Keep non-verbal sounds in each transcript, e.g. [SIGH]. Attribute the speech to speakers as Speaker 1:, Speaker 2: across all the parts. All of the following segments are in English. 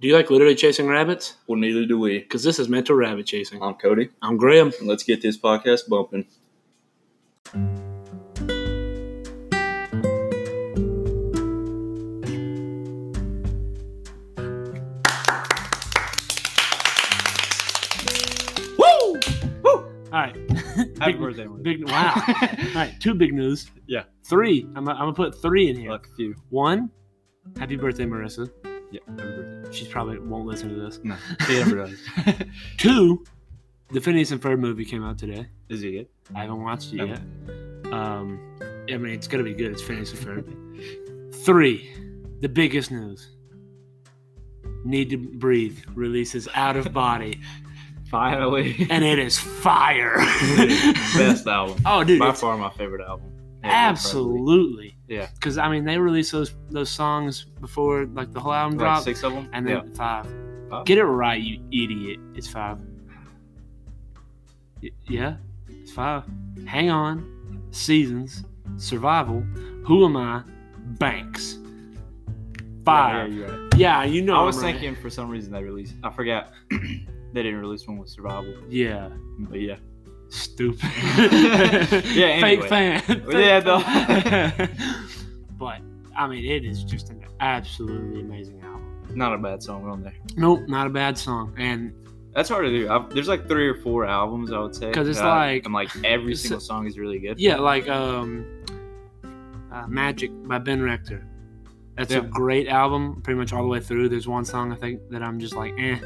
Speaker 1: Do you like literally chasing rabbits?
Speaker 2: Well, neither do we.
Speaker 1: Because this is meant to rabbit chasing.
Speaker 2: I'm Cody,
Speaker 1: I'm Graham.
Speaker 2: and let's get this podcast bumping. Woo!
Speaker 1: All right.
Speaker 3: Happy
Speaker 1: big,
Speaker 3: birthday, Mark.
Speaker 1: Big, wow.
Speaker 3: [LAUGHS]
Speaker 1: All right. Two big news.
Speaker 3: Yeah.
Speaker 1: Three. I'm, I'm going to put three in here.
Speaker 3: Fuck you.
Speaker 1: One, happy birthday, Marissa.
Speaker 3: Yeah, happy birthday.
Speaker 1: She probably won't listen to this.
Speaker 3: No, [LAUGHS] he never does.
Speaker 1: Two, the Phineas and Ferb movie came out today.
Speaker 3: Is he good?
Speaker 1: I haven't watched it
Speaker 3: No.
Speaker 1: yet. Um, I mean, it's going to be good. It's Phineas and Ferb. Three, the biggest news. Need to breathe releases out of body,
Speaker 3: Finally.
Speaker 1: and it is fire.
Speaker 3: [LAUGHS] Best album.
Speaker 1: [LAUGHS] oh, dude,
Speaker 3: By
Speaker 1: it's
Speaker 3: far my favorite album.
Speaker 1: absolutely.
Speaker 3: Yeah.
Speaker 1: Because I mean, they released those those songs before like the whole album
Speaker 3: Like
Speaker 1: dropped,
Speaker 3: six of them?
Speaker 1: and then five.
Speaker 3: Five?
Speaker 1: Get it right, you idiot. It's five. Y- yeah, it's five. Hang on, seasons, survival. Who am I? Banks. Five.
Speaker 3: Yeah, yeah, you're right.
Speaker 1: Yeah, you know.
Speaker 3: I was
Speaker 1: I'm right.
Speaker 3: thinking for some reason they released. I forgot [CLEARS THROAT] they didn't release one with Survival.
Speaker 1: Yeah.
Speaker 3: But yeah.
Speaker 1: [LAUGHS] Stupid.
Speaker 3: Yeah,
Speaker 1: Fake
Speaker 3: anyway.
Speaker 1: fan. [LAUGHS]
Speaker 3: Yeah,
Speaker 1: Fake
Speaker 3: though.
Speaker 1: fan. but I mean, it is just an absolutely amazing album.
Speaker 3: Not a bad song on there.
Speaker 1: Nope, not a bad song. And
Speaker 3: That's hard to do. I've, there's like three or four albums I would say.
Speaker 1: 'Cause it's
Speaker 3: that I-
Speaker 1: like-
Speaker 3: I'm like every
Speaker 1: it's-
Speaker 3: single song is really good.
Speaker 1: yeah, like um, uh, "Magic" by Ben Rector. That's a
Speaker 3: Yeah.
Speaker 1: great album, pretty much all the way through. There's one song I think that I'm just like, eh,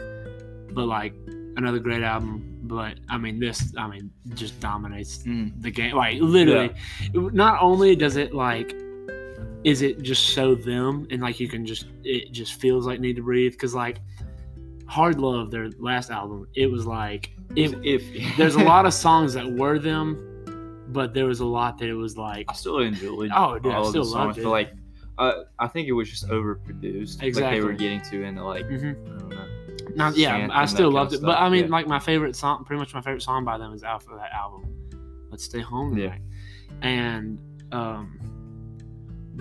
Speaker 1: but like another great album. But I mean, this, I mean, just dominates
Speaker 3: Mm.
Speaker 1: the game. Like literally, not only does it like, is it just so them and like you can just it just feels like Need to Breathe because like Hard Love, their last album, it was like it.
Speaker 3: If
Speaker 1: There's a lot of songs that were them, but there was a lot that it was like
Speaker 3: [LAUGHS] I still enjoyed.
Speaker 1: Oh, dude, I
Speaker 3: all of
Speaker 1: still
Speaker 3: the
Speaker 1: loved
Speaker 3: songs,
Speaker 1: it.
Speaker 3: But like, uh, I think it was just overproduced. Like
Speaker 1: Exactly.
Speaker 3: they were getting to into like,
Speaker 1: Mhm.
Speaker 3: I don't know.
Speaker 1: Not, yeah,
Speaker 3: Chant
Speaker 1: I
Speaker 3: and
Speaker 1: still
Speaker 3: that
Speaker 1: loved it.
Speaker 3: kinda
Speaker 1: But
Speaker 3: stuff,
Speaker 1: I mean,
Speaker 3: yeah.
Speaker 1: like my favorite song, pretty much my favorite song by them is out for that album. Let's stay home
Speaker 3: Yeah.
Speaker 1: tonight. And um,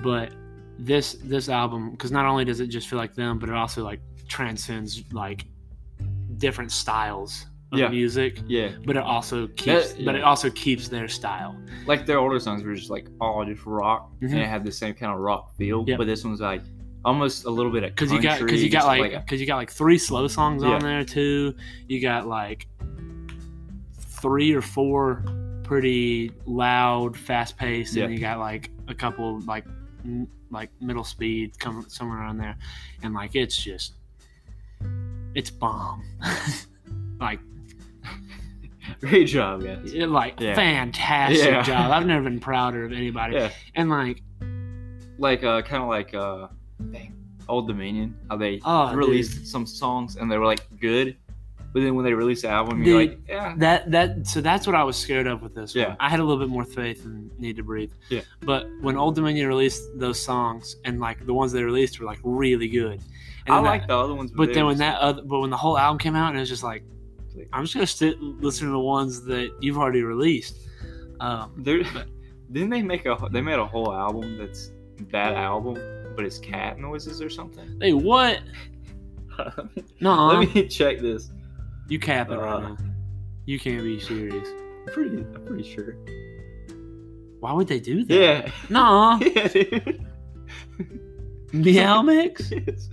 Speaker 1: but this this album because not only does it just feel like them, but it also like transcends like different styles of
Speaker 3: Yeah.
Speaker 1: music.
Speaker 3: Yeah,
Speaker 1: But it also keeps, but it
Speaker 3: yeah.
Speaker 1: also keeps their style.
Speaker 3: like their older songs were just like all just rock, and
Speaker 1: Mhm.
Speaker 3: it had the same kind of rock feel.
Speaker 1: Yeah.
Speaker 3: But this one's like almost a little bit of
Speaker 1: because you got because you
Speaker 3: country,
Speaker 1: got
Speaker 3: just
Speaker 1: like
Speaker 3: a-
Speaker 1: because you got like three slow songs
Speaker 3: Yeah.
Speaker 1: on there too. You got like three or four pretty loud, fast paced,
Speaker 3: Yeah.
Speaker 1: and you got like a couple like m- like middle speed come somewhere on there, and like it's just it's bomb. [LAUGHS] like
Speaker 3: [LAUGHS] great job, guys.
Speaker 1: it, like
Speaker 3: Yeah.
Speaker 1: fantastic
Speaker 3: Yeah.
Speaker 1: job.
Speaker 3: [LAUGHS]
Speaker 1: I've never been prouder of anybody.
Speaker 3: Yeah.
Speaker 1: And like
Speaker 3: Like uh, kind of like uh, dang, Old Dominion, how they
Speaker 1: Oh,
Speaker 3: released some songs and they were like good, but then when they released the album, you're
Speaker 1: Dude.
Speaker 3: like, yeah,
Speaker 1: That that so that's what I was scared of with this.
Speaker 3: Yeah.
Speaker 1: one. I had a little bit more faith in Need to Breathe.
Speaker 3: Yeah.
Speaker 1: But when Old Dominion released those songs, and like the ones they released were like really good. And
Speaker 3: I
Speaker 1: then
Speaker 3: like
Speaker 1: that-
Speaker 3: the other ones,
Speaker 1: But
Speaker 3: they
Speaker 1: then
Speaker 3: were
Speaker 1: when
Speaker 3: just-
Speaker 1: that other, but when the whole album came out, and it was just like, I'm just gonna sit and listen to the ones that you've already released. Um,
Speaker 3: There, [LAUGHS] didn't they make a? They made a whole album that's that album, but it's cat noises or something. [LAUGHS]
Speaker 1: hey, what? No,
Speaker 3: Let me check this.
Speaker 1: you cap it right
Speaker 3: Uh.
Speaker 1: now. You can't be serious.
Speaker 3: I'm pretty, I'm pretty sure.
Speaker 1: Why would they do that?
Speaker 3: Yeah, [LAUGHS]
Speaker 1: No,
Speaker 3: yeah, dude.
Speaker 1: meow mix.
Speaker 3: Yes.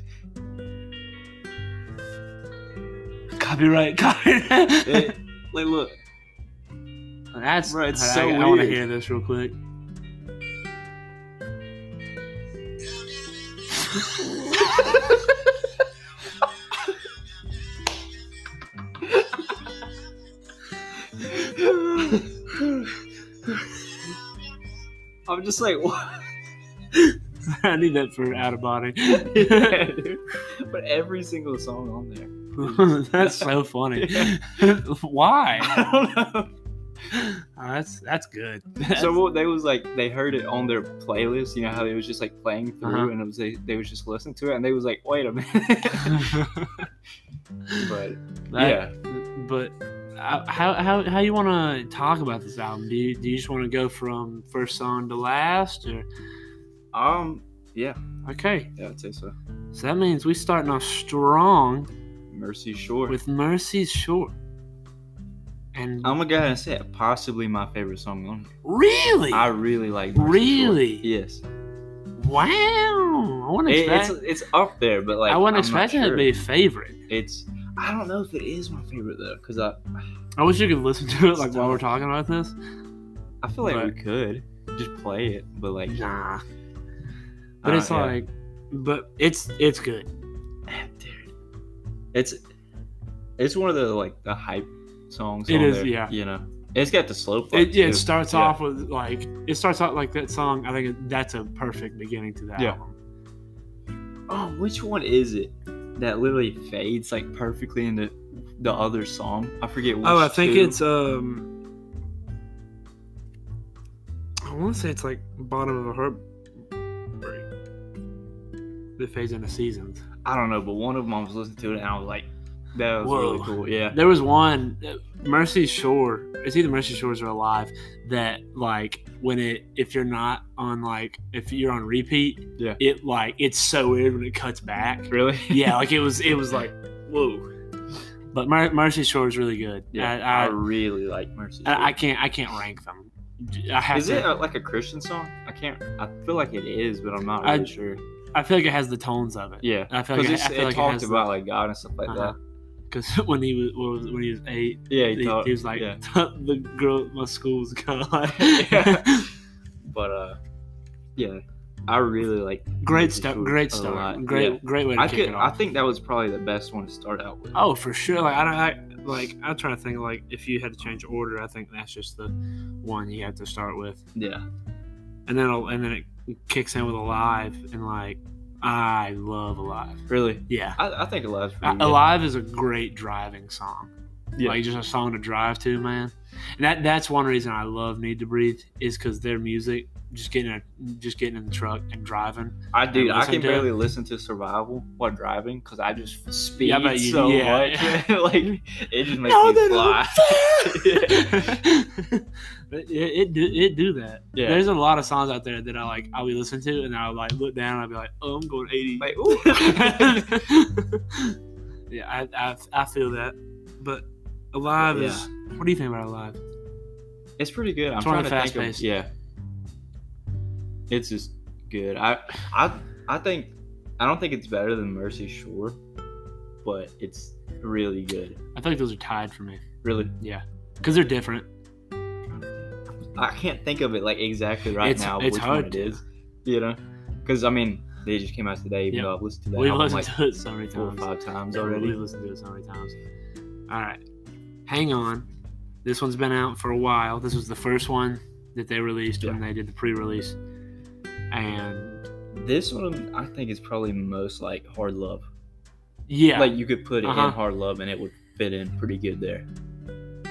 Speaker 1: Copyright. [LAUGHS] Copyright.
Speaker 3: It- like, look,
Speaker 1: That's
Speaker 3: Bro, it's
Speaker 1: I-
Speaker 3: so
Speaker 1: I, I want to
Speaker 3: weird.
Speaker 1: hear this real quick. [LAUGHS]
Speaker 3: I'm just like, what? [LAUGHS]
Speaker 1: I need that for out of body. [LAUGHS]
Speaker 3: Yeah, dude. But every single song on
Speaker 1: [LAUGHS]
Speaker 3: there.
Speaker 1: that's so funny. [LAUGHS] Why?
Speaker 3: I don't know.
Speaker 1: Oh, that's that's
Speaker 3: [LAUGHS]
Speaker 1: good.
Speaker 3: so what they was like they heard it on their playlist you know how they was just like playing through
Speaker 1: Uh-huh.
Speaker 3: and it was they, they was just listening to it and they was like wait
Speaker 1: [LAUGHS]
Speaker 3: a minute but
Speaker 1: That- But uh, how how how you want to talk about this album? Do you do you just want to go from first song to last, or
Speaker 3: yeah um yeah
Speaker 1: okay?
Speaker 3: yeah i'd say so
Speaker 1: So that means we starting off strong
Speaker 3: Mercy Shore.
Speaker 1: with Mercy's Shore. And
Speaker 3: I'm gonna go ahead and say it. Possibly my favorite song on here.
Speaker 1: really,
Speaker 3: I really like. Mercy Shore.
Speaker 1: Really?
Speaker 3: Yes.
Speaker 1: wow, I wouldn't
Speaker 3: It-
Speaker 1: expect.
Speaker 3: it's it's up there, but like
Speaker 1: I wasn't
Speaker 3: I'm not
Speaker 1: expecting it to
Speaker 3: sure.
Speaker 1: be a favorite.
Speaker 3: It's. I don't know if it is my favorite though, because I
Speaker 1: I wish you could listen to it like while
Speaker 3: Stop.
Speaker 1: we're talking about this.
Speaker 3: I feel like we
Speaker 1: But-
Speaker 3: could just play it, but like
Speaker 1: Nah, but
Speaker 3: uh,
Speaker 1: it's
Speaker 3: yeah.
Speaker 1: like, but it's it's good.
Speaker 3: dude, it's it's one of the like the hype songs.
Speaker 1: It
Speaker 3: on
Speaker 1: is,
Speaker 3: there,
Speaker 1: yeah.
Speaker 3: You know, it's got the slow part.
Speaker 1: It, yeah,
Speaker 3: too.
Speaker 1: it starts
Speaker 3: Yeah.
Speaker 1: off with like it starts off like that song. I think it- that's a perfect beginning to that.
Speaker 3: Yeah.
Speaker 1: album.
Speaker 3: Oh, which one is it that literally fades like perfectly into the other song? I forget. Which
Speaker 1: Oh, I think
Speaker 3: two.
Speaker 1: it's um. I want to say it's like bottom of a heartbreak. That fades into seasons.
Speaker 3: I don't know, but one of them I was listening to it and I was like, that was really
Speaker 1: Whoa.
Speaker 3: cool. Yeah.
Speaker 1: There was one, uh, Mercy Shore. It's either Mercy Shores or Alive. That like when it if you're not on like if you're on repeat,
Speaker 3: Yeah.
Speaker 1: it like it's so weird when it cuts back.
Speaker 3: Really?
Speaker 1: [LAUGHS] yeah, like it was it was like whoa. But Mer- Mercy Shore is really good.
Speaker 3: Yeah. I,
Speaker 1: I, I,
Speaker 3: really like Mercy.
Speaker 1: I, I
Speaker 3: Shore.
Speaker 1: can't I can't rank them. I have
Speaker 3: is
Speaker 1: to,
Speaker 3: it uh like a Christian song? I can't. I feel like it is, but I'm not
Speaker 1: I-
Speaker 3: really sure.
Speaker 1: I feel like it has the tones of it.
Speaker 3: Yeah.
Speaker 1: I feel
Speaker 3: Because
Speaker 1: like it, I
Speaker 3: it,
Speaker 1: feel like it
Speaker 3: talked
Speaker 1: has
Speaker 3: about like God and stuff like
Speaker 1: Uh-huh.
Speaker 3: that.
Speaker 1: because [LAUGHS] when he was, what was when he was eight,
Speaker 3: Yeah.
Speaker 1: he,
Speaker 3: He, talked,
Speaker 1: he was like
Speaker 3: yeah.
Speaker 1: [LAUGHS] the girl at my school's god.
Speaker 3: [LAUGHS]
Speaker 1: [LAUGHS]
Speaker 3: Yeah. but uh, yeah, I really like.
Speaker 1: great
Speaker 3: Mercy
Speaker 1: stuff.
Speaker 3: Shore
Speaker 1: Great
Speaker 3: a
Speaker 1: stuff.
Speaker 3: lot.
Speaker 1: Great
Speaker 3: Yeah.
Speaker 1: great way to
Speaker 3: I
Speaker 1: kick
Speaker 3: could.
Speaker 1: it
Speaker 3: I
Speaker 1: off.
Speaker 3: think that was probably the best one to start out with.
Speaker 1: oh, for sure. Like I don't I, like I'm trying to think like if you had to change order, I think that's just the one you had to start with.
Speaker 3: Yeah.
Speaker 1: and then it'll- and then it kicks in with alive and like I love alive.
Speaker 3: Really.
Speaker 1: Yeah,
Speaker 3: I, I think Alive's
Speaker 1: A-
Speaker 3: pretty good.
Speaker 1: alive is a great driving song.
Speaker 3: Yeah.
Speaker 1: Like just a song to drive to, man. And that that's one reason I love Need to Breathe is because their music just getting a, just getting in the truck and driving.
Speaker 3: I do.
Speaker 1: I
Speaker 3: I can
Speaker 1: listen to
Speaker 3: barely listen to Survival while driving because I just speed
Speaker 1: Yeah, I bet you-
Speaker 3: so
Speaker 1: yeah.
Speaker 3: much. [LAUGHS] like
Speaker 1: [LAUGHS]
Speaker 3: it just makes
Speaker 1: No,
Speaker 3: me
Speaker 1: they
Speaker 3: fly.
Speaker 1: don't
Speaker 3: [LAUGHS]
Speaker 1: But it, it do it do that.
Speaker 3: Yeah.
Speaker 1: There's a lot of songs out there that I like. I would listen to and I would like look down and I'd be like, oh, I'm going
Speaker 3: [LAUGHS]
Speaker 1: 80.
Speaker 3: like ooh.
Speaker 1: [LAUGHS] yeah, I, I, I feel that. But Alive
Speaker 3: Yeah.
Speaker 1: is. What do you think about Alive?
Speaker 3: it's pretty good. I'm
Speaker 1: It's one of
Speaker 3: trying to
Speaker 1: the
Speaker 3: think of
Speaker 1: fast-paced.
Speaker 3: yeah. It's just good. I I I think I don't think it's better than Mercy Shore, but it's really good.
Speaker 1: I feel like those are tied for me
Speaker 3: Really,
Speaker 1: because they're different.
Speaker 3: I can't think of it like exactly right
Speaker 1: It's-
Speaker 3: now
Speaker 1: it's
Speaker 3: which
Speaker 1: hard
Speaker 3: one it
Speaker 1: to.
Speaker 3: is. You know, because I mean they just came out today. Even
Speaker 1: Yep.
Speaker 3: though I've listened to that
Speaker 1: We've
Speaker 3: album
Speaker 1: listened
Speaker 3: like
Speaker 1: to it so many
Speaker 3: four or
Speaker 1: times.
Speaker 3: five times
Speaker 1: Yeah, We've
Speaker 3: already.
Speaker 1: listened to it so many times. All right, hang on. This one's been out for a while. This was the first one that they released when they did the pre-release, and
Speaker 3: This one I think is probably most like hard love.
Speaker 1: yeah,
Speaker 3: Like you could put it
Speaker 1: Uh-huh.
Speaker 3: in hard love and it would fit in pretty good there.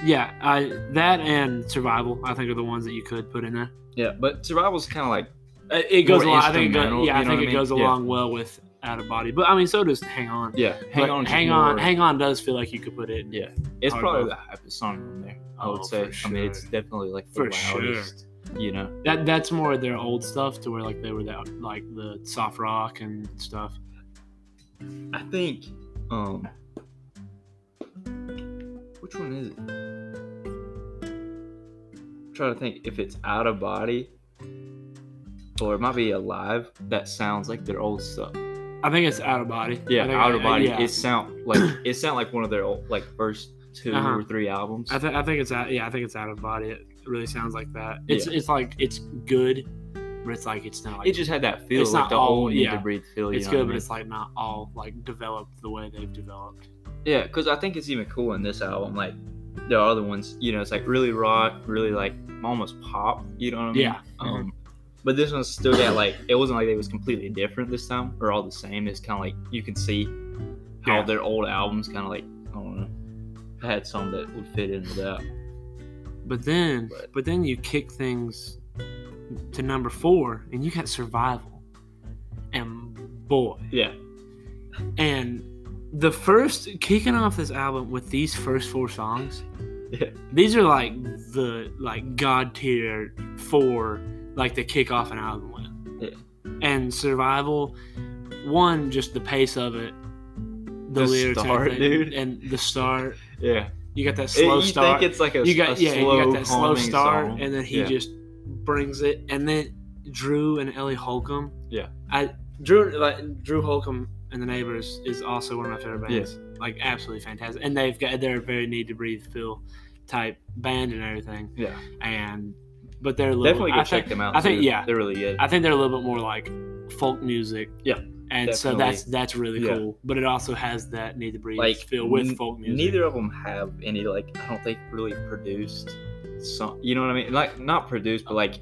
Speaker 1: yeah. I that and Survival, I think, are the ones that you could put in there.
Speaker 3: Yeah, but survival's kind of like
Speaker 1: It it goes
Speaker 3: More
Speaker 1: along. I think. It
Speaker 3: instrumental,
Speaker 1: goes, yeah,
Speaker 3: you
Speaker 1: I
Speaker 3: know
Speaker 1: think
Speaker 3: what
Speaker 1: it
Speaker 3: I mean?
Speaker 1: goes
Speaker 3: Yeah.
Speaker 1: along well with Out of Body, but I mean, so does Hang On.
Speaker 3: yeah, hang
Speaker 1: But
Speaker 3: on, is
Speaker 1: hang on,
Speaker 3: more-
Speaker 1: hang on. Does feel like you could put it in.
Speaker 3: Yeah, it's
Speaker 1: Hard
Speaker 3: probably
Speaker 1: Love.
Speaker 3: the hypest song on there. I
Speaker 1: Oh,
Speaker 3: would say.
Speaker 1: for
Speaker 3: I mean, it's
Speaker 1: sure.
Speaker 3: definitely like the
Speaker 1: For sure.
Speaker 3: loudest. You know,
Speaker 1: That that's more of their old stuff to where like they were that like the soft rock and stuff.
Speaker 3: I think. um Which one is it? I'm trying to think if it's out of body. Or it might be alive. That sounds like their old stuff. uh,
Speaker 1: I think it's Out of Body. I
Speaker 3: Yeah,
Speaker 1: think-
Speaker 3: Outer
Speaker 1: I-
Speaker 3: Body.
Speaker 1: yeah.
Speaker 3: It sound [CLEARS THROAT] like it sound like one of their old, like first 2
Speaker 1: Uh-huh.
Speaker 3: or three albums.
Speaker 1: I, th- I think it's out. Yeah, I think it's Out of Body. It really sounds like that. It's
Speaker 3: Yeah.
Speaker 1: it's like it's good, but it's like it's not. Like,
Speaker 3: it just had that feel,
Speaker 1: It's
Speaker 3: like
Speaker 1: not
Speaker 3: the
Speaker 1: all-
Speaker 3: old Need
Speaker 1: yeah.
Speaker 3: to Breathe feel. You
Speaker 1: it's
Speaker 3: know
Speaker 1: good,
Speaker 3: what
Speaker 1: but
Speaker 3: I mean?
Speaker 1: it's like not all like developed the way they've developed.
Speaker 3: yeah, because I think it's even cool in this album. Like the other ones, you know, it's like really rock, really like almost pop. You know what I mean?
Speaker 1: Yeah. uh-huh.
Speaker 3: Um, but this one's still got like it wasn't like it was completely different this time or all the same. It's kind of like you can see how
Speaker 1: Yeah.
Speaker 3: their old albums kind of like I don't know had some that would fit into that.
Speaker 1: But then,
Speaker 3: But-
Speaker 1: but then you kick things to number four, and you got Survival, and boy.
Speaker 3: Yeah,
Speaker 1: And the first kicking off this album with these first four songs,
Speaker 3: Yeah.
Speaker 1: these are like the like god tier four, like they kick off an album with.
Speaker 3: Yeah.
Speaker 1: And Survival one just the pace of it, the,
Speaker 3: The
Speaker 1: lyrics, and
Speaker 3: start,
Speaker 1: everything,
Speaker 3: dude.
Speaker 1: and the start.
Speaker 3: Yeah.
Speaker 1: You got that
Speaker 3: It-
Speaker 1: slow
Speaker 3: you
Speaker 1: start.
Speaker 3: think it's like a,
Speaker 1: you got
Speaker 3: a
Speaker 1: yeah,
Speaker 3: slow,
Speaker 1: you got that slow
Speaker 3: calming
Speaker 1: start,
Speaker 3: song.
Speaker 1: and then he
Speaker 3: Yeah.
Speaker 1: just brings it, and then Drew and Ellie Holcomb.
Speaker 3: Yeah.
Speaker 1: I Drew like Drew Holcomb and the Neighbors is also one of my favorite bands. Like absolutely fantastic, and they've got they're a very need to breathe feel type band and everything,
Speaker 3: yeah.
Speaker 1: and but they're a little,
Speaker 3: Definitely go
Speaker 1: I
Speaker 3: check
Speaker 1: think,
Speaker 3: them out.
Speaker 1: I think-
Speaker 3: too.
Speaker 1: yeah.
Speaker 3: they're really good.
Speaker 1: I think they're a little bit more like folk music.
Speaker 3: Yeah,
Speaker 1: And so
Speaker 3: definitely.
Speaker 1: that's that's really
Speaker 3: Yeah.
Speaker 1: cool, but it also has that need to breathe
Speaker 3: Like,
Speaker 1: feel with
Speaker 3: n-
Speaker 1: folk music.
Speaker 3: Neither of them have any like I don't think really produced song. You know what I mean? Like not produced, but like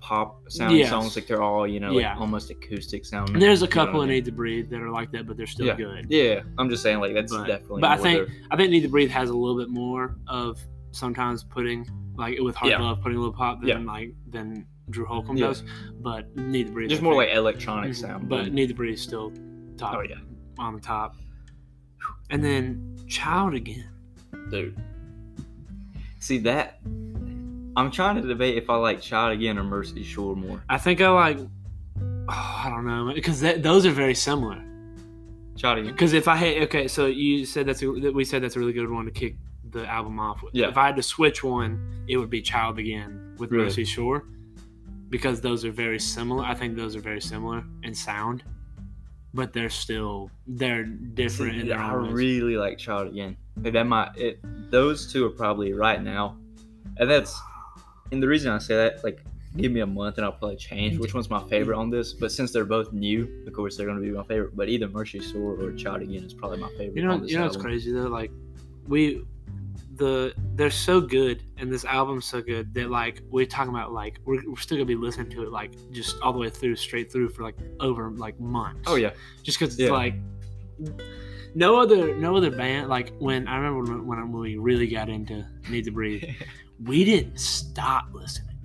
Speaker 3: pop sounding
Speaker 1: Yes.
Speaker 3: songs. Like they're all you know
Speaker 1: Yeah.
Speaker 3: like almost acoustic sound.
Speaker 1: And there's a
Speaker 3: you know what
Speaker 1: couple
Speaker 3: I
Speaker 1: of
Speaker 3: mean?
Speaker 1: Need to Breathe that are like that, but they're still good.
Speaker 3: Yeah, I'm just saying like that's
Speaker 1: But-
Speaker 3: definitely.
Speaker 1: but I
Speaker 3: more
Speaker 1: think-
Speaker 3: their-
Speaker 1: I think Need to Breathe has a little bit more of sometimes putting like with Hard
Speaker 3: Yeah.
Speaker 1: Love putting a little pop than
Speaker 3: Yeah.
Speaker 1: like than Drew Holcomb
Speaker 3: Yeah.
Speaker 1: does. But Need to Breathe
Speaker 3: just
Speaker 1: I
Speaker 3: more like
Speaker 1: think-
Speaker 3: electronic
Speaker 1: Mhm.
Speaker 3: sound.
Speaker 1: But Need to Breathe is still top
Speaker 3: oh yeah,
Speaker 1: on the top. And then Child again.
Speaker 3: dude. See that? I'm trying to debate if I like Child Again or Mercy Shore more.
Speaker 1: I think I like. Oh, I don't know because those are very similar.
Speaker 3: Child Again.
Speaker 1: Because if I had okay, so you said that's a, that we said that's a really good one to kick the album off with.
Speaker 3: Yeah.
Speaker 1: If I had to switch one, it would be Child Again with
Speaker 3: Really?
Speaker 1: Mercy Shore, because those are very similar. I think those are very similar in sound, but they're still they're
Speaker 3: See,
Speaker 1: different in their
Speaker 3: I
Speaker 1: own ways.
Speaker 3: really like Child Again. Like that might it those two are probably right now. And that's and the reason I say that, like give me a month and I'll probably change which one's my favorite on this. But since they're both new, of course they're gonna be my favorite. But either Mercy Sore or Child Again is probably my favorite.
Speaker 1: You know,
Speaker 3: on this
Speaker 1: you know, it's
Speaker 3: album.
Speaker 1: crazy though. Like, we, the they're so good, and this album's so good that like we're talking about like we're, we're still gonna be listening to it like just all the way through, straight through for like over like months.
Speaker 3: Oh yeah. [LAUGHS]
Speaker 1: just because it's
Speaker 3: Yeah.
Speaker 1: like no other no other band. Like when I remember when, when we really got into Need to
Speaker 3: [LAUGHS]
Speaker 1: Breathe, we didn't stop listening.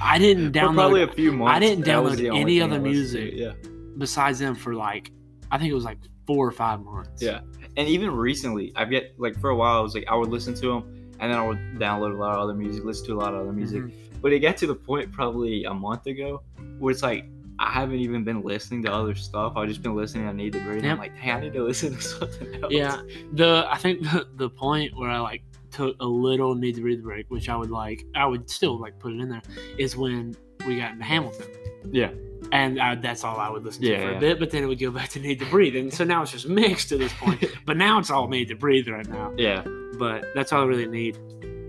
Speaker 1: I didn't
Speaker 3: For probably
Speaker 1: download
Speaker 3: a few months.
Speaker 1: I didn't
Speaker 3: that was
Speaker 1: download
Speaker 3: the only
Speaker 1: any
Speaker 3: thing
Speaker 1: other
Speaker 3: I listened to,
Speaker 1: music.
Speaker 3: Yeah.
Speaker 1: besides them for like I think it was like four or five months.
Speaker 3: Yeah. and even recently, I've get like for a while, I was like, I would listen to them, and then I would download a lot of other music, listen to a lot of other music. But it got to the point probably a month ago where it's like I haven't even been listening to other stuff. I've just been listening. I need to breathe.
Speaker 1: Yeah.
Speaker 3: I'm like, hey, I need to listen to [LAUGHS] something else.
Speaker 1: Yeah, the I think the, the point where I like took a little need to breathe break, which I would like, I would still like put it in there, is when we got into Hamilton,
Speaker 3: yeah,
Speaker 1: and I, that's all I would listen to
Speaker 3: Yeah,
Speaker 1: for a
Speaker 3: yeah.
Speaker 1: bit. But then it would go back to need to breathe, and so now it's just mixed to this
Speaker 3: [LAUGHS]
Speaker 1: point. But now it's all need to breathe right now.
Speaker 3: yeah.
Speaker 1: But that's all I really need.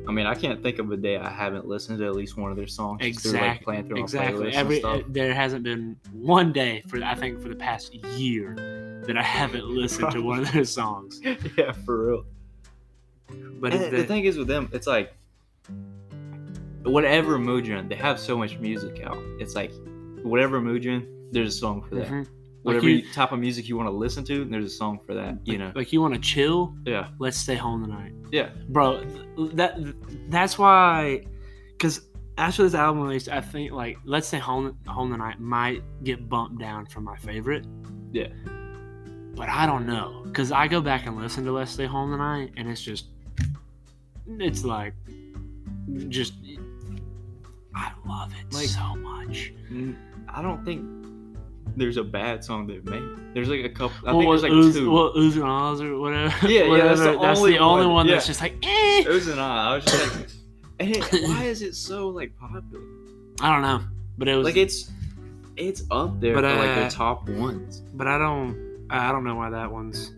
Speaker 3: I mean, I can't think of a day I haven't listened to at least one of their songs. just through, like,
Speaker 1: Exact-
Speaker 3: playing through my
Speaker 1: Exactly.
Speaker 3: playlist
Speaker 1: Every
Speaker 3: and stuff.
Speaker 1: there hasn't been one day for I think for the past year that I haven't listened to one of their songs.
Speaker 3: [LAUGHS] yeah, for real.
Speaker 1: e- But
Speaker 3: And
Speaker 1: it's
Speaker 3: [LAUGHS] the,
Speaker 1: that-
Speaker 3: thing is with them, it's like whatever mood you're in, they have so much music out. It's like whatever mood you're in, there's a song for that.
Speaker 1: Mhm.
Speaker 3: Whatever
Speaker 1: you-
Speaker 3: type of music you want to listen to, there's a song for that. You know?
Speaker 1: like you want to chill,
Speaker 3: Yeah.
Speaker 1: let's stay home tonight.
Speaker 3: Yeah.
Speaker 1: bro. th- That that's why, because after this album release, I think like let's stay home home tonight might get bumped down from my favorite.
Speaker 3: Yeah.
Speaker 1: but I don't know because I go back and listen to let's stay home tonight, and it's just it's like just I love it
Speaker 3: Like-
Speaker 1: so much.
Speaker 3: Mm, I don't think there's a bad song they've made. There's like a couple. I
Speaker 1: What
Speaker 3: think
Speaker 1: was
Speaker 3: there's like
Speaker 1: Ooze-
Speaker 3: two.
Speaker 1: what, Ooze and Oz or whatever.
Speaker 3: Yeah, yeah, that's the
Speaker 1: whatever. That's
Speaker 3: only
Speaker 1: the only
Speaker 3: one.
Speaker 1: one that's
Speaker 3: Yeah.
Speaker 1: just like eh.
Speaker 3: it was an eye. I was just
Speaker 1: [LAUGHS]
Speaker 3: like, and it, why is it so like popular?
Speaker 1: I don't know, but it was
Speaker 3: Like it's it's up there
Speaker 1: But,
Speaker 3: for like
Speaker 1: uh,
Speaker 3: the top ones.
Speaker 1: but I don't I don't know why that one's.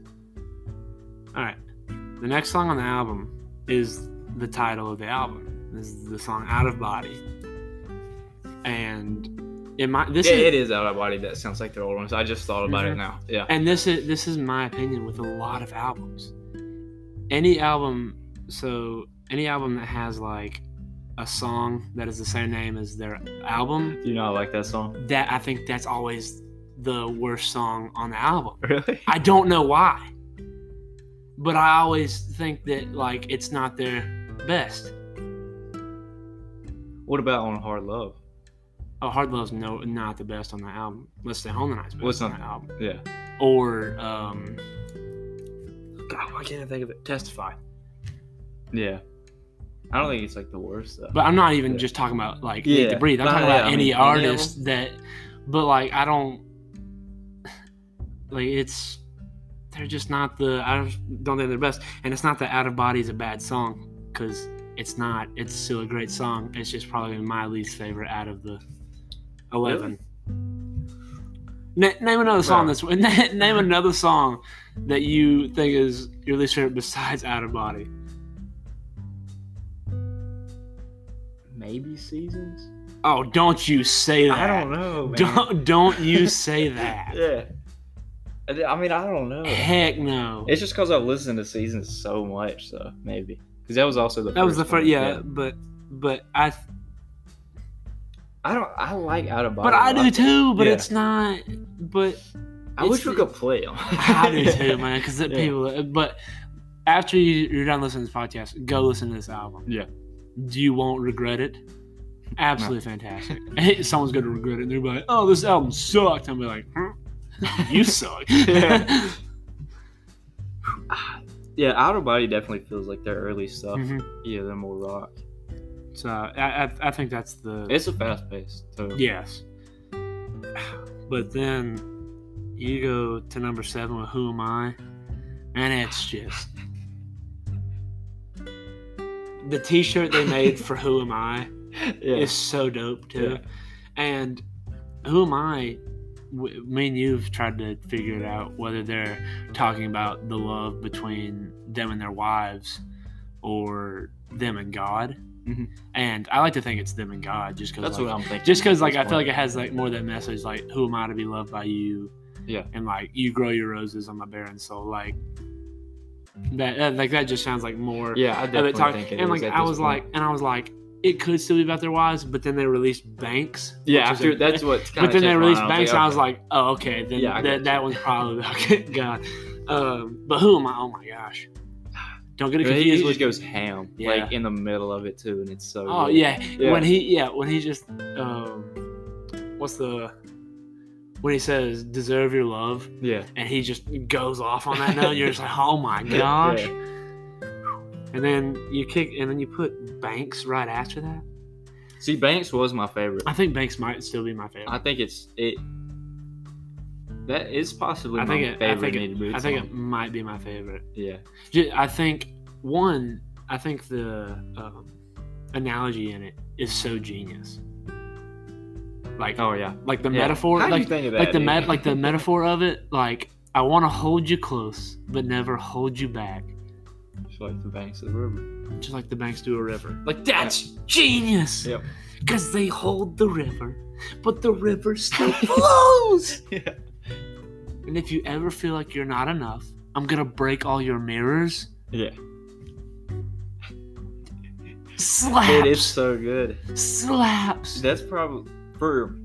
Speaker 1: All right, the next song on the album is the title of the album. This is the song "Out of Body," and it might this
Speaker 3: yeah,
Speaker 1: is
Speaker 3: it is out of body. That sounds like their old ones. I just thought about
Speaker 1: Mhm.
Speaker 3: it now. Yeah.
Speaker 1: and this is this is my opinion with a lot of albums. Any album, so any album that has like a song that is the same name as their album,
Speaker 3: Do you not like that song? [LAUGHS]
Speaker 1: that I think that's always the worst song on the album.
Speaker 3: Really?
Speaker 1: I don't know why. But I always think that like it's not their best.
Speaker 3: What about on Hard Love?
Speaker 1: Oh, Hard Love's no not the best on the album. Let's Stay Home Tonight's best
Speaker 3: Well, it's
Speaker 1: on
Speaker 3: not-
Speaker 1: the album.
Speaker 3: Yeah.
Speaker 1: Or um God, why can't I think of it? Testify.
Speaker 3: Yeah. I don't think it's like the worst though.
Speaker 1: But I'm not even
Speaker 3: Yeah.
Speaker 1: just talking about like Need to
Speaker 3: Yeah.
Speaker 1: breathe. I'm
Speaker 3: But,
Speaker 1: talking
Speaker 3: yeah,
Speaker 1: about
Speaker 3: I mean,
Speaker 1: any
Speaker 3: any of
Speaker 1: artist that but like I don't Like it's they're just not the I don't don't think they're best, and it's not that Out of Body is a bad song because it's not. It's still a great song. It's just probably my least favorite out of the eleven. Na- name another song
Speaker 3: Wow.
Speaker 1: that's [LAUGHS] name another song that you think is your least favorite besides Out of Body.
Speaker 3: Maybe seasons.
Speaker 1: Oh, don't you say that.
Speaker 3: I don't know, man.
Speaker 1: Don't don't you
Speaker 3: [LAUGHS]
Speaker 1: say that.
Speaker 3: Yeah. I d- I mean, I don't know.
Speaker 1: Heck no.
Speaker 3: It's just because I've listened to seasons so much, so maybe because that was also the
Speaker 1: that was the first.
Speaker 3: one,
Speaker 1: Yeah, but but I th-
Speaker 3: I don't. I like Out of Body.
Speaker 1: but
Speaker 3: a
Speaker 1: I do
Speaker 3: lot.
Speaker 1: too. But
Speaker 3: Yeah.
Speaker 1: it's not.
Speaker 3: [LAUGHS]
Speaker 1: But
Speaker 3: I wish
Speaker 1: it's-
Speaker 3: we could play them.
Speaker 1: [LAUGHS] I do too, man. Because
Speaker 3: Yeah.
Speaker 1: people. But after you, you're done listening to this podcast, go listen to this album.
Speaker 3: Yeah.
Speaker 1: You won't regret it. Absolutely fantastic. [LAUGHS] Someone's gonna regret it. And they're gonna be like, "Oh, this album sucked." I'm like, hmm, "You suck."
Speaker 3: [LAUGHS]
Speaker 1: [LAUGHS]
Speaker 3: Yeah. [LAUGHS] Yeah, Out of Body definitely feels like their early stuff.
Speaker 1: Mhm.
Speaker 3: Yeah, they're more rock.
Speaker 1: So I, I, I think that's the
Speaker 3: It's a fast pace. So.
Speaker 1: Yes. But then you go to number seven with Who Am I? And it's just. The t shirt they made for Who Am I
Speaker 3: [LAUGHS] yeah.
Speaker 1: is so dope, too.
Speaker 3: Yeah.
Speaker 1: And Who Am I? w- Me and you've tried to figure it out whether they're talking about the love between them and their wives or them and God.
Speaker 3: Mhm.
Speaker 1: And I like to think it's them and God just because
Speaker 3: that's
Speaker 1: like,
Speaker 3: what I'm thinking.
Speaker 1: just because
Speaker 3: at
Speaker 1: like
Speaker 3: this
Speaker 1: i feel like
Speaker 3: point.
Speaker 1: it has like more of that message like who am i to be loved by you
Speaker 3: Yeah.
Speaker 1: and like you grow your roses on my barren soul like that, that like that just sounds like more
Speaker 3: Yeah, I
Speaker 1: of
Speaker 3: definitely
Speaker 1: it talk-
Speaker 3: think it
Speaker 1: and
Speaker 3: is
Speaker 1: like
Speaker 3: at
Speaker 1: i
Speaker 3: this
Speaker 1: was
Speaker 3: point.
Speaker 1: like and i was like it could still be about their wives but then they released banks
Speaker 3: yeah,
Speaker 1: which is
Speaker 3: after
Speaker 1: a-
Speaker 3: that's what.
Speaker 1: but then they released banks and i was like oh okay then
Speaker 3: Yeah, I
Speaker 1: that,
Speaker 3: got
Speaker 1: that one's probably [LAUGHS] okay
Speaker 3: [LAUGHS]
Speaker 1: god um but who am i oh my gosh don't get it
Speaker 3: he,
Speaker 1: confused
Speaker 3: he
Speaker 1: with
Speaker 3: just goes ham,
Speaker 1: Yeah.
Speaker 3: like in the middle of it too, and it's so.
Speaker 1: Oh
Speaker 3: good.
Speaker 1: yeah.
Speaker 3: Yeah.
Speaker 1: when he yeah when he just um, what's the when he says deserve your love
Speaker 3: yeah,
Speaker 1: and he just goes off on that note you're just like oh my gosh
Speaker 3: [LAUGHS] Yeah.
Speaker 1: and then you kick and then you put Banks right after that
Speaker 3: See, Banks was my favorite.
Speaker 1: I think Banks might still be my favorite
Speaker 3: I think it's it. That is possibly
Speaker 1: I
Speaker 3: my
Speaker 1: think it, I
Speaker 3: favorite
Speaker 1: think
Speaker 3: Needed
Speaker 1: it,
Speaker 3: Boots
Speaker 1: I think
Speaker 3: song.
Speaker 1: it might be my favorite
Speaker 3: yeah,
Speaker 1: Ju- I think one I think the um, analogy in it is so genius like
Speaker 3: oh yeah,
Speaker 1: like the
Speaker 3: Yeah.
Speaker 1: metaphor
Speaker 3: How do you
Speaker 1: like
Speaker 3: think of
Speaker 1: like
Speaker 3: that,
Speaker 1: the
Speaker 3: dude?
Speaker 1: met like the metaphor of it like i want to hold you close but never hold you back
Speaker 3: [LAUGHS] It's like the banks of the river.
Speaker 1: just like the banks do a river like that's genius
Speaker 3: Yep.
Speaker 1: because they hold the river but the river still [LAUGHS] flows
Speaker 3: Yeah.
Speaker 1: and if you ever feel like you're not enough i'm gonna break all your mirrors
Speaker 3: Yeah,
Speaker 1: slaps
Speaker 3: it is so good.
Speaker 1: slaps
Speaker 3: That's probably for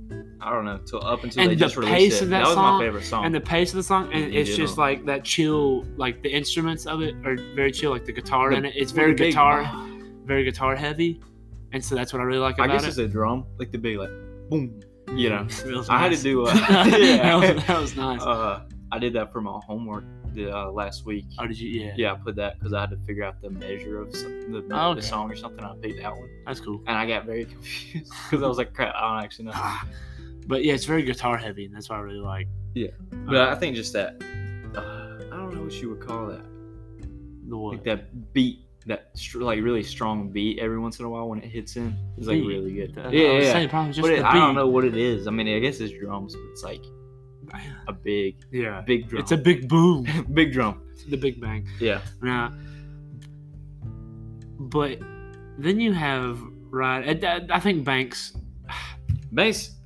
Speaker 3: I don't know till up until
Speaker 1: And
Speaker 3: they
Speaker 1: the
Speaker 3: just released
Speaker 1: pace
Speaker 3: it.
Speaker 1: of that
Speaker 3: was
Speaker 1: song
Speaker 3: my favorite song.
Speaker 1: and the pace of the song and
Speaker 3: You
Speaker 1: it's
Speaker 3: do
Speaker 1: just
Speaker 3: know.
Speaker 1: like that chill like the instruments of it are very chill like the guitar
Speaker 3: The-
Speaker 1: in it it's
Speaker 3: with
Speaker 1: very
Speaker 3: the big- [LAUGHS]
Speaker 1: guitar very guitar heavy and so that's what i really like
Speaker 3: I
Speaker 1: about
Speaker 3: guess
Speaker 1: it
Speaker 3: it's a drum, like the big like boom. You
Speaker 1: [LAUGHS]
Speaker 3: know,
Speaker 1: That was
Speaker 3: I had
Speaker 1: nice.
Speaker 3: to do.
Speaker 1: [LAUGHS]
Speaker 3: Uh,
Speaker 1: that, was,
Speaker 3: yeah.
Speaker 1: that was nice.
Speaker 3: uh, I did that for my homework the, uh, last week.
Speaker 1: oh, did you? Yeah,
Speaker 3: Yeah, I put that because I had to figure out the measure of some, the,
Speaker 1: Oh, okay.
Speaker 3: the song or something. I picked that one,
Speaker 1: that's cool.
Speaker 3: and I got very [LAUGHS] confused because I was like, "Crap, I don't actually know."
Speaker 1: Ah, But yeah, it's very guitar heavy, and that's what I really like. uh,
Speaker 3: Yeah. But I think just that. Uh, I don't know what you would call that.
Speaker 1: the what?
Speaker 3: Like that beat, that str- like really strong beat every once in a while when it hits in. It's like
Speaker 1: Beat.
Speaker 3: really good.
Speaker 1: Uh, I
Speaker 3: yeah,
Speaker 1: was
Speaker 3: yeah.
Speaker 1: saying probably just
Speaker 3: But
Speaker 1: the
Speaker 3: it- I don't
Speaker 1: beat.
Speaker 3: know what it is. I mean, I guess it's drums, but it's like a big,
Speaker 1: Yeah,
Speaker 3: big drum.
Speaker 1: it's a big boom.
Speaker 3: [LAUGHS] big drum.
Speaker 1: the Big Bang.
Speaker 3: Yeah.
Speaker 1: Now, but then you have right. I, I- I think Banks.
Speaker 3: Bass.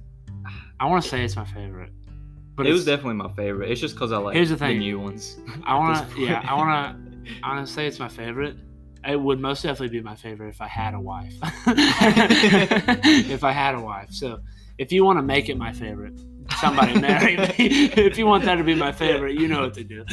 Speaker 1: I want to say it's my favorite, but
Speaker 3: But it was
Speaker 1: it's-
Speaker 3: definitely my favorite. It's just because I like
Speaker 1: Here's the thing.
Speaker 3: new ones.
Speaker 1: I want
Speaker 3: this
Speaker 1: to.
Speaker 3: point.
Speaker 1: Yeah, I want to. [LAUGHS] I want to say it's my favorite. It would most definitely be my favorite if I had a
Speaker 3: [LAUGHS]
Speaker 1: wife. [LAUGHS] if I had a wife. So, if you want to make it my favorite, somebody marry me. [LAUGHS] if you want that to be my favorite, you know what to do.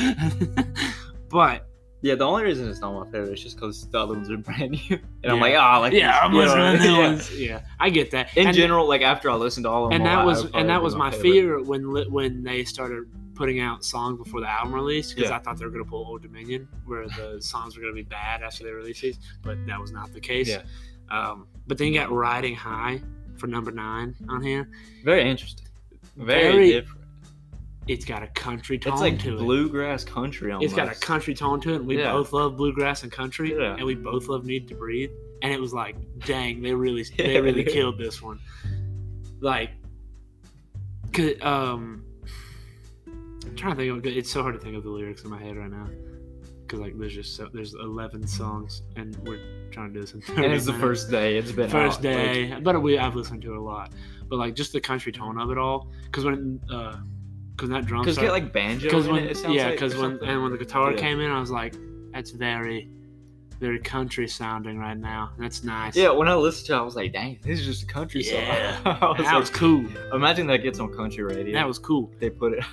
Speaker 1: [LAUGHS] but
Speaker 3: Yeah, the only reason it's not my favorite is just because the other ones are [LAUGHS] brand new, and I'm
Speaker 1: Yeah.
Speaker 3: like, ah, I like
Speaker 1: yeah, I'm
Speaker 3: these," you know?
Speaker 1: listening to new
Speaker 3: Yeah. [LAUGHS]
Speaker 1: ones. Yeah, I get that.
Speaker 3: In
Speaker 1: and,
Speaker 3: general, like after I listened to all of them,
Speaker 1: and
Speaker 3: a
Speaker 1: that
Speaker 3: lot,
Speaker 1: was
Speaker 3: would probably
Speaker 1: and that
Speaker 3: be
Speaker 1: was
Speaker 3: my
Speaker 1: my
Speaker 3: favorite.
Speaker 1: fear when li- when they started putting out songs before the album release because
Speaker 3: Yeah.
Speaker 1: I thought they were going to pull Old Dominion where the songs were going to be bad after they released these, but that was not the case.
Speaker 3: Yeah.
Speaker 1: Um, but then you got Riding High for number nine on here.
Speaker 3: Very interesting. Very,
Speaker 1: Very-
Speaker 3: different.
Speaker 1: it's got a country tone
Speaker 3: It's like
Speaker 1: to it.
Speaker 3: bluegrass country almost.
Speaker 1: It's got a country tone to it. And we
Speaker 3: Yeah.
Speaker 1: both love bluegrass and country,
Speaker 3: Yeah.
Speaker 1: and we both love Need to Breathe. And it was like, dang, they
Speaker 3: [LAUGHS]
Speaker 1: really they
Speaker 3: Yeah,
Speaker 1: really
Speaker 3: dude.
Speaker 1: killed this one. Like, 'cause, um, I'm trying to think of it's so hard to think of the lyrics in my head right now because like there's just so, there's 11 songs, and we're trying to do this in 30
Speaker 3: And it's the
Speaker 1: minutes
Speaker 3: first day. It's been
Speaker 1: first
Speaker 3: out, like-
Speaker 1: day. but we I've listened to it a lot, but like just the country tone of it all, because when because that drum
Speaker 3: Cause
Speaker 1: start-
Speaker 3: get like banjo.
Speaker 1: because
Speaker 3: in
Speaker 1: when
Speaker 3: it, it sounds
Speaker 1: yeah,
Speaker 3: like, or
Speaker 1: because when
Speaker 3: something.
Speaker 1: and when the guitar
Speaker 3: Yeah.
Speaker 1: came in, I was like, that's very, very country sounding right now. That's nice.
Speaker 3: yeah, when I listened to, it, I was like, dang, this is just a country song.
Speaker 1: Yeah.
Speaker 3: [LAUGHS] I was
Speaker 1: that was
Speaker 3: like,
Speaker 1: cool.
Speaker 3: imagine that gets on country radio.
Speaker 1: That was
Speaker 3: [LAUGHS]
Speaker 1: cool.
Speaker 3: they put it.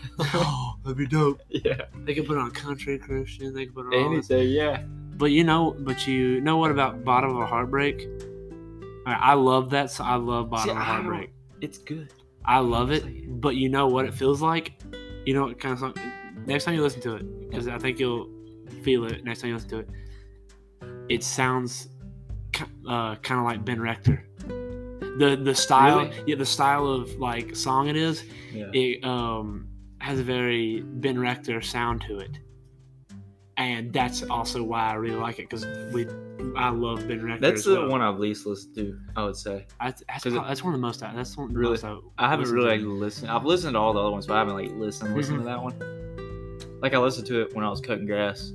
Speaker 1: that'd be dope.
Speaker 3: yeah,
Speaker 1: They could put it on country Christian. They could put it on. all this.
Speaker 3: anything. Yeah,
Speaker 1: But you know, but you know what about Bottom of a Heartbreak? All right, I love that. So I love Bottom
Speaker 3: See,
Speaker 1: of a
Speaker 3: I don't-
Speaker 1: Heartbreak.
Speaker 3: it's good.
Speaker 1: I love it,
Speaker 3: Saying.
Speaker 1: but you know what it feels like. You know what kind of song. Next time you listen to it, because I think you'll feel it next time you listen to it. It sounds ki- uh, kind of like Ben Rector. The the style,
Speaker 3: Really?
Speaker 1: yeah, the style of like song it is.
Speaker 3: Yeah.
Speaker 1: It um, has a very Ben Rector sound to it, and that's also why I really like it because we I love Ben Rector.
Speaker 3: That's
Speaker 1: as
Speaker 3: the
Speaker 1: well.
Speaker 3: one I've least listened to. I would say
Speaker 1: I, that's,
Speaker 3: 'cause it-
Speaker 1: prob- that's one of the most. I- That's one of the
Speaker 3: Really?
Speaker 1: most uh, I,
Speaker 3: I haven't
Speaker 1: Listen
Speaker 3: really
Speaker 1: to
Speaker 3: like listened. I've listened to all the other ones, but I haven't like listened
Speaker 1: Mm-hmm.
Speaker 3: listened to that one. Like I listened to it when I was cutting grass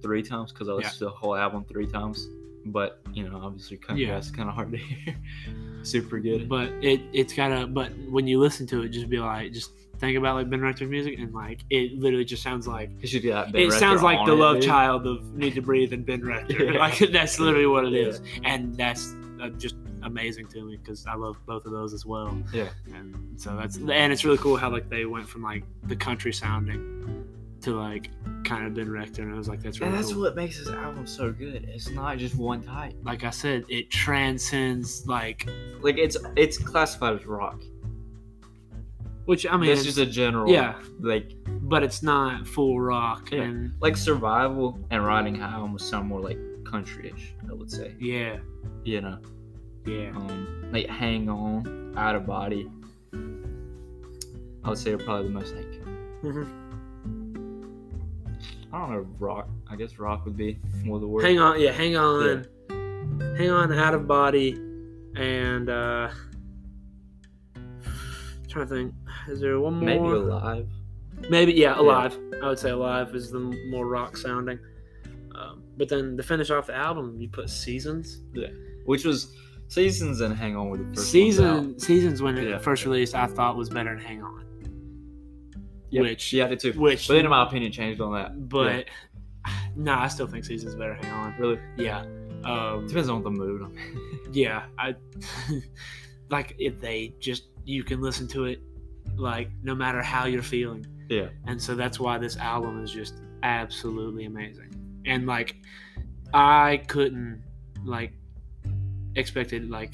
Speaker 3: three times because I listened to the whole album three times. But you know, obviously cutting
Speaker 1: Yeah.
Speaker 3: grass is kind of hard to hear. [LAUGHS] Super good.
Speaker 1: But it it's got a but when you listen to it, just be like, just think about like Ben Rector's music, and like it literally just sounds like
Speaker 3: it should be that.
Speaker 1: it sounds like the love child of Need to Breathe and
Speaker 3: [LAUGHS]
Speaker 1: Ben Rector.
Speaker 3: Yeah.
Speaker 1: Like that's literally what it
Speaker 3: Yeah.
Speaker 1: is, and that's uh, just amazing to me because I love both of those as well.
Speaker 3: Yeah.
Speaker 1: and so that's and it's really cool how like they went from like the country sounding to like kind of Ben Rector, and I was like, that's really
Speaker 3: And that's
Speaker 1: cool.
Speaker 3: what makes this album so good. It's not just one type.
Speaker 1: like I said, it transcends like
Speaker 3: Like it's it's classified as rock.
Speaker 1: which I
Speaker 3: I
Speaker 1: mean,
Speaker 3: mean, it's
Speaker 1: it's-
Speaker 3: just a general.
Speaker 1: yeah.
Speaker 3: Like
Speaker 1: but it's not full rock
Speaker 3: Yeah.
Speaker 1: and.
Speaker 3: like survival and riding high almost sound more like country-ish. I would say.
Speaker 1: Yeah,
Speaker 3: You know.
Speaker 1: yeah.
Speaker 3: um, like hang on, out of body. I would say are probably the most like
Speaker 1: Mm-hmm.
Speaker 3: I don't know rock. I guess rock would be more the word.
Speaker 1: Hang on, yeah, hang on, hang on, out of body, and uh, trying to think, is there one more?
Speaker 3: Maybe alive.
Speaker 1: Maybe, yeah, alive. I would say alive is the more rock sounding. Um, but then to finish off the album, you put seasons.
Speaker 3: Which was seasons and hang on were the first ones out.
Speaker 1: Season seasons when it
Speaker 3: Yeah.
Speaker 1: first released, I thought was better than Hang On,
Speaker 3: Yep,
Speaker 1: which-
Speaker 3: yeah, I did too.
Speaker 1: which,
Speaker 3: But then my opinion changed on that.
Speaker 1: but [SIGHS] nah, I still think seasons better. than Hang on,
Speaker 3: Really
Speaker 1: yeah. Um,
Speaker 3: depends on the mood. I'm in.
Speaker 1: yeah i [LAUGHS] like if they just you can listen to it like no matter how you're feeling
Speaker 3: Yeah.
Speaker 1: and so that's why this album is just absolutely amazing and like i couldn't like expected like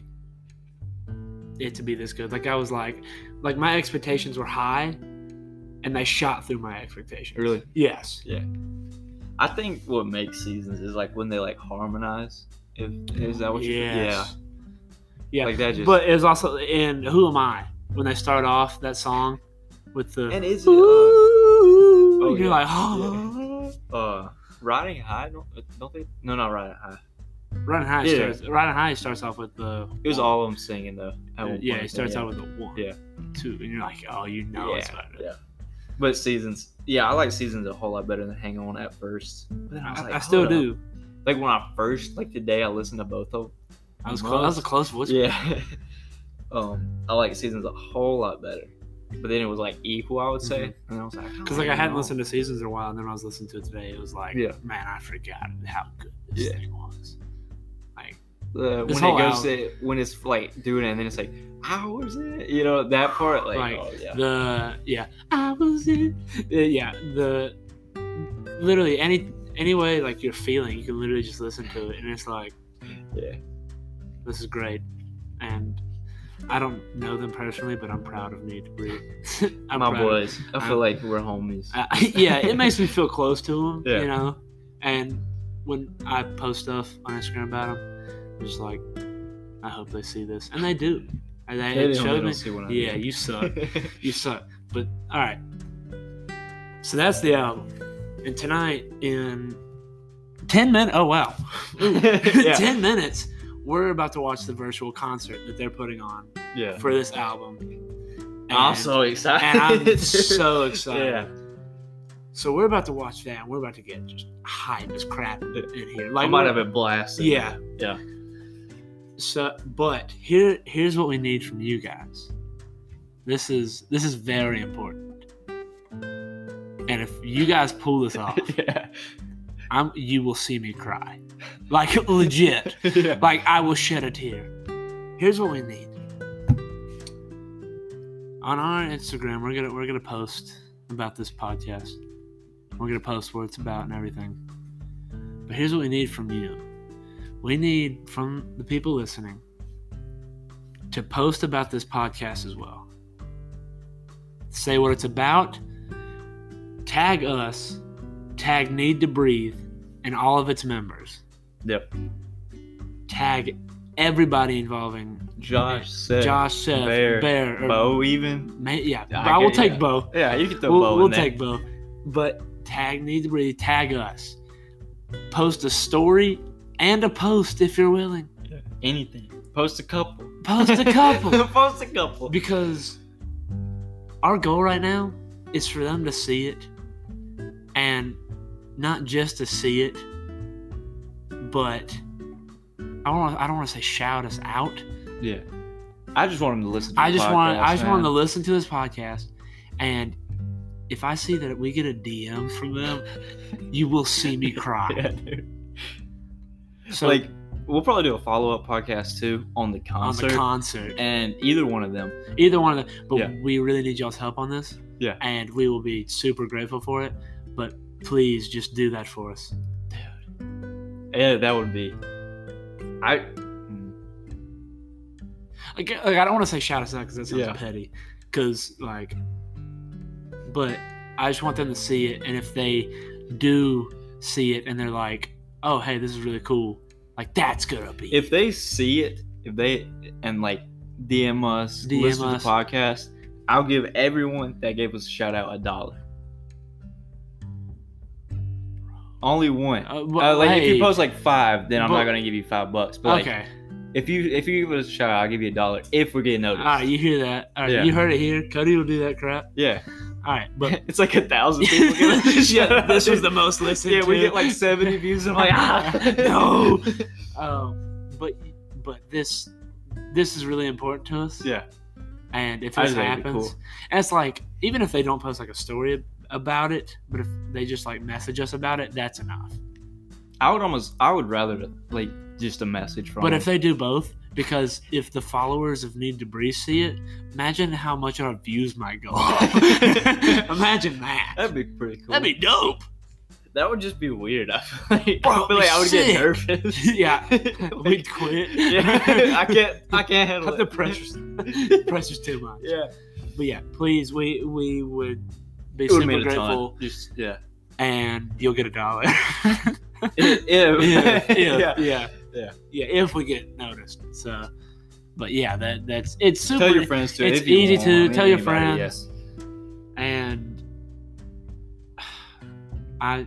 Speaker 1: it to be this good like i was like like my expectations were high and they shot through my expectations
Speaker 3: Really,
Speaker 1: yes
Speaker 3: I think what makes seasons is like when they like harmonize. If is that what you?
Speaker 1: Yes.
Speaker 3: Yeah,
Speaker 1: yeah
Speaker 3: like that just.
Speaker 1: but it was also in who am i when they start off that song with the
Speaker 3: and is it? Uh,
Speaker 1: Ooh,
Speaker 3: oh,
Speaker 1: you're
Speaker 3: yeah.
Speaker 1: like, [GASPS]
Speaker 3: Yeah.
Speaker 1: oh.
Speaker 3: uh riding high don't, don't they no not riding high
Speaker 1: Riding High
Speaker 3: Yeah.
Speaker 1: starts. Riding High starts off with the.
Speaker 3: it was all i'm singing though at one
Speaker 1: yeah,
Speaker 3: point,
Speaker 1: it starts
Speaker 3: yeah.
Speaker 1: out with the one.
Speaker 3: Yeah.
Speaker 1: Two, and you're like, oh, you know it's better.
Speaker 3: yeah but seasons yeah i like seasons a whole lot better than hang on at first but then i was
Speaker 1: I,
Speaker 3: like
Speaker 1: I still
Speaker 3: hold up.
Speaker 1: do.
Speaker 3: like when i first like today i listened to both of
Speaker 1: I was close. That was a close voice.
Speaker 3: them yeah [LAUGHS] um i like seasons a whole lot better but then it was like equal i would say
Speaker 1: Mhm.
Speaker 3: and i was like
Speaker 1: Because like I hadn't listened to Seasons in a while, and then when I was listening to it today. It was like,
Speaker 3: Yeah.
Speaker 1: man, I forgot how good this
Speaker 3: Yeah.
Speaker 1: thing was.
Speaker 3: uh, when
Speaker 1: this
Speaker 3: it
Speaker 1: whole
Speaker 3: goes to when it's like doing it and then it's like hours in it you know that part like,
Speaker 1: Like,
Speaker 3: oh yeah
Speaker 1: The yeah, I was in. uh, yeah, the literally any any way like you're feeling, you can literally just listen to it, and it's like.
Speaker 3: yeah
Speaker 1: this is great and i don't know them personally but i'm proud of need to breathe [LAUGHS] i'm
Speaker 3: my
Speaker 1: proud of-
Speaker 3: boys i feel
Speaker 1: I'm-
Speaker 3: like we're homies
Speaker 1: [LAUGHS] Uh, yeah it makes me feel close to them
Speaker 3: Yeah.
Speaker 1: you know and when i post stuff on instagram about them I'm just like i hope they see this and they do and they,
Speaker 3: They
Speaker 1: it
Speaker 3: don't- they
Speaker 1: showed
Speaker 3: don't
Speaker 1: me
Speaker 3: see what I
Speaker 1: yeah
Speaker 3: mean.
Speaker 1: you suck you suck but all right So that's the album. And tonight, in 10 minutes, oh wow, [LAUGHS]
Speaker 3: [LAUGHS] yeah.
Speaker 1: 10 minutes, we're about to watch the virtual concert that they're putting on
Speaker 3: yeah.
Speaker 1: for this album. And-
Speaker 3: I'm so excited.
Speaker 1: and
Speaker 3: [LAUGHS]
Speaker 1: I'm so excited.
Speaker 3: yeah.
Speaker 1: So we're about to watch that. and We're about to get just hype as crap in in here.
Speaker 3: I
Speaker 1: Like
Speaker 3: might
Speaker 1: we're-
Speaker 3: have a blast.
Speaker 1: Yeah.
Speaker 3: Yeah.
Speaker 1: So, but here, here's what we need from you guys. This is this is very important. And if you guys pull this
Speaker 3: [LAUGHS]
Speaker 1: off,
Speaker 3: [LAUGHS] yeah.
Speaker 1: I'm you will see me cry, like legit,
Speaker 3: yeah.
Speaker 1: like I will shed a tear. Here's what we need. On our Instagram, we're gonna we're gonna post about this podcast. We're gonna post what it's about and everything. But here's what we need from you. We need from the people listening to post about this podcast as well. Say what it's about. Tag us. Tag Need to Breathe and all of its members.
Speaker 3: Yep.
Speaker 1: Tag everybody involving
Speaker 3: Josh said.
Speaker 1: Josh, Seth, Bear,
Speaker 3: Bear,
Speaker 1: or-
Speaker 3: Bo even.
Speaker 1: Ma- yeah,
Speaker 3: Yeah, I
Speaker 1: I, will
Speaker 3: get-
Speaker 1: take
Speaker 3: yeah.
Speaker 1: Bo.
Speaker 3: Yeah, you can throw
Speaker 1: We'll,
Speaker 3: Bo
Speaker 1: we'll
Speaker 3: in there.
Speaker 1: take Bo. But tag Need to Breathe, tag us. Post a story and a post if you're willing.
Speaker 3: anything. Post a couple.
Speaker 1: Post a couple.
Speaker 3: [LAUGHS] Post a couple.
Speaker 1: because our goal right now is for them to see it and not just to see it but i want i don't want to say shout us out
Speaker 3: Yeah. I just want him to listen. To
Speaker 1: i
Speaker 3: the
Speaker 1: just want
Speaker 3: podcast,
Speaker 1: i just want
Speaker 3: man.
Speaker 1: them to listen to this podcast and if i see that we get a dm from them you will see me cry
Speaker 3: [LAUGHS] Yeah, dude.
Speaker 1: so
Speaker 3: like, we'll probably do a follow up podcast too on the
Speaker 1: on
Speaker 3: concert,
Speaker 1: the concert
Speaker 3: and either one of them.
Speaker 1: either one of them. But
Speaker 3: Yeah.
Speaker 1: we really need y'all's help on this.
Speaker 3: Yeah.
Speaker 1: And we will be super grateful for it. But please just do that for us.
Speaker 3: Yeah, that would be. I.
Speaker 1: Like, like I don't want to say shout us out because that sounds
Speaker 3: Yeah.
Speaker 1: petty. Because like, but I just want them to see it, and if they do see it, and they're like, "Oh, hey, this is really cool," like that's gonna be
Speaker 3: If they see it, if they and like DM us,
Speaker 1: DM
Speaker 3: listen
Speaker 1: us.
Speaker 3: to the podcast, I'll give everyone that gave us a shout out a dollar. Only one.
Speaker 1: Uh,
Speaker 3: Uh,
Speaker 1: well,
Speaker 3: like if
Speaker 1: hey,
Speaker 3: you post like five, then I'm
Speaker 1: But-
Speaker 3: not gonna give you five bucks. But like
Speaker 1: okay,
Speaker 3: if you if you give us a shout out, I'll give you a dollar if we get
Speaker 1: all
Speaker 3: noticed.
Speaker 1: right, you hear that? All right,
Speaker 3: Yeah.
Speaker 1: you heard it here. Cody will do that crap.
Speaker 3: Yeah,
Speaker 1: All right, but
Speaker 3: it's like a thousand people. Give us a
Speaker 1: [LAUGHS]
Speaker 3: shout
Speaker 1: yeah,
Speaker 3: out.
Speaker 1: this was the most listened.
Speaker 3: yeah. We
Speaker 1: to.
Speaker 3: get like [LAUGHS] seventy
Speaker 1: [LAUGHS]
Speaker 3: views. I'm [LAUGHS] like ah
Speaker 1: No. Um, but but this this is really important to us.
Speaker 3: Yeah,
Speaker 1: And if
Speaker 3: I
Speaker 1: this
Speaker 3: think it'd be
Speaker 1: happens,
Speaker 3: cool.
Speaker 1: and it's like even if they don't post like a story about it, but if they just like message us about it, that's enough.
Speaker 3: I would almost I would rather like just a message from.
Speaker 1: But
Speaker 3: them.
Speaker 1: if they do both, because if the followers of Need Debris see it, imagine how much our views might go
Speaker 3: [LAUGHS]
Speaker 1: up. imagine that.
Speaker 3: that'd be pretty cool.
Speaker 1: That'd be dope. [LAUGHS]
Speaker 3: that would just be weird. I feel like,
Speaker 1: Bro,
Speaker 3: I, feel like I would
Speaker 1: sick.
Speaker 3: get nervous.
Speaker 1: Yeah.
Speaker 3: Like,
Speaker 1: [LAUGHS] We'd quit.
Speaker 3: [LAUGHS] yeah, [LAUGHS] I
Speaker 1: [LAUGHS]
Speaker 3: can't. I can't handle
Speaker 1: the
Speaker 3: it.
Speaker 1: pressure's pressure's too much.
Speaker 3: [LAUGHS] Yeah,
Speaker 1: But yeah, please, we we would be
Speaker 3: it would
Speaker 1: super
Speaker 3: mean a
Speaker 1: grateful.
Speaker 3: ton. Just yeah.
Speaker 1: and you'll get a
Speaker 3: [LAUGHS]
Speaker 1: dollar. [LAUGHS]
Speaker 3: Ew. [LAUGHS]
Speaker 1: yeah, yeah,
Speaker 3: yeah.
Speaker 1: yeah,
Speaker 3: Yeah.
Speaker 1: yeah. If we get noticed, so. But yeah, that that's it's super.
Speaker 3: Tell your friends too.
Speaker 1: it's
Speaker 3: if you
Speaker 1: easy
Speaker 3: want.
Speaker 1: to tell your
Speaker 3: Anybody,
Speaker 1: friends. and I,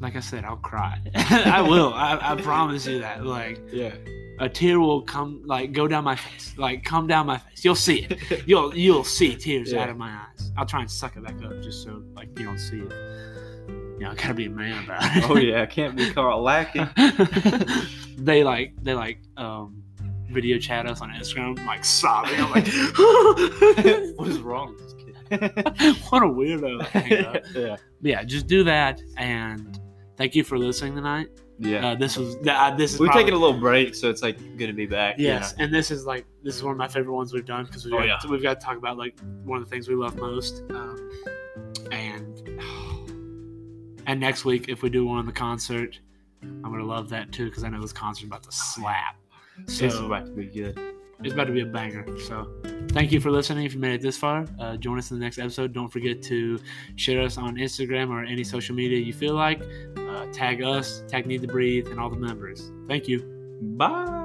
Speaker 1: like I said, I'll cry. [LAUGHS] I will. I, I promise you that. Like
Speaker 3: Yeah.
Speaker 1: a tear will come, like go down my face, like come down my face. You'll see it.
Speaker 3: [LAUGHS]
Speaker 1: You'll you'll see tears
Speaker 3: Yeah.
Speaker 1: out of my eyes. I'll try and suck it back up just so like you don't see it. You know, I gotta be a man about it.
Speaker 3: Oh yeah, I can't be
Speaker 1: [LAUGHS]
Speaker 3: caught lacking.
Speaker 1: they like they like um video chat us on Instagram like [LAUGHS] sobbing. I'm
Speaker 3: [LAUGHS]
Speaker 1: like
Speaker 3: what is wrong with this [LAUGHS]
Speaker 1: [LAUGHS]
Speaker 3: kid?
Speaker 1: what a
Speaker 3: [LAUGHS]
Speaker 1: weirdo. Hang up.
Speaker 3: yeah.
Speaker 1: yeah, just do that and thank you for listening tonight.
Speaker 3: Yeah.
Speaker 1: Uh, this was th- uh, this is
Speaker 3: We've
Speaker 1: probably-
Speaker 3: taken a little break, so it's like good to be back. you
Speaker 1: Yes, and this is like this is one of my favorite ones we've done because we've,
Speaker 3: Oh,
Speaker 1: got- we've got to talk about like one of the things we love most. Um, and [SIGHS] and next week, if we do one on the concert, I'm gonna love that too because I know this concert's about to slap.
Speaker 3: know?
Speaker 1: So
Speaker 3: This is about to be good.
Speaker 1: it's about to be a banger. So thank you for listening. If you made it this far, uh, join us in the next episode. Don't forget to share us on Instagram or any social media you feel like. Uh, tag us, tag Need to Breathe, and all the members. Thank you.
Speaker 3: Bye.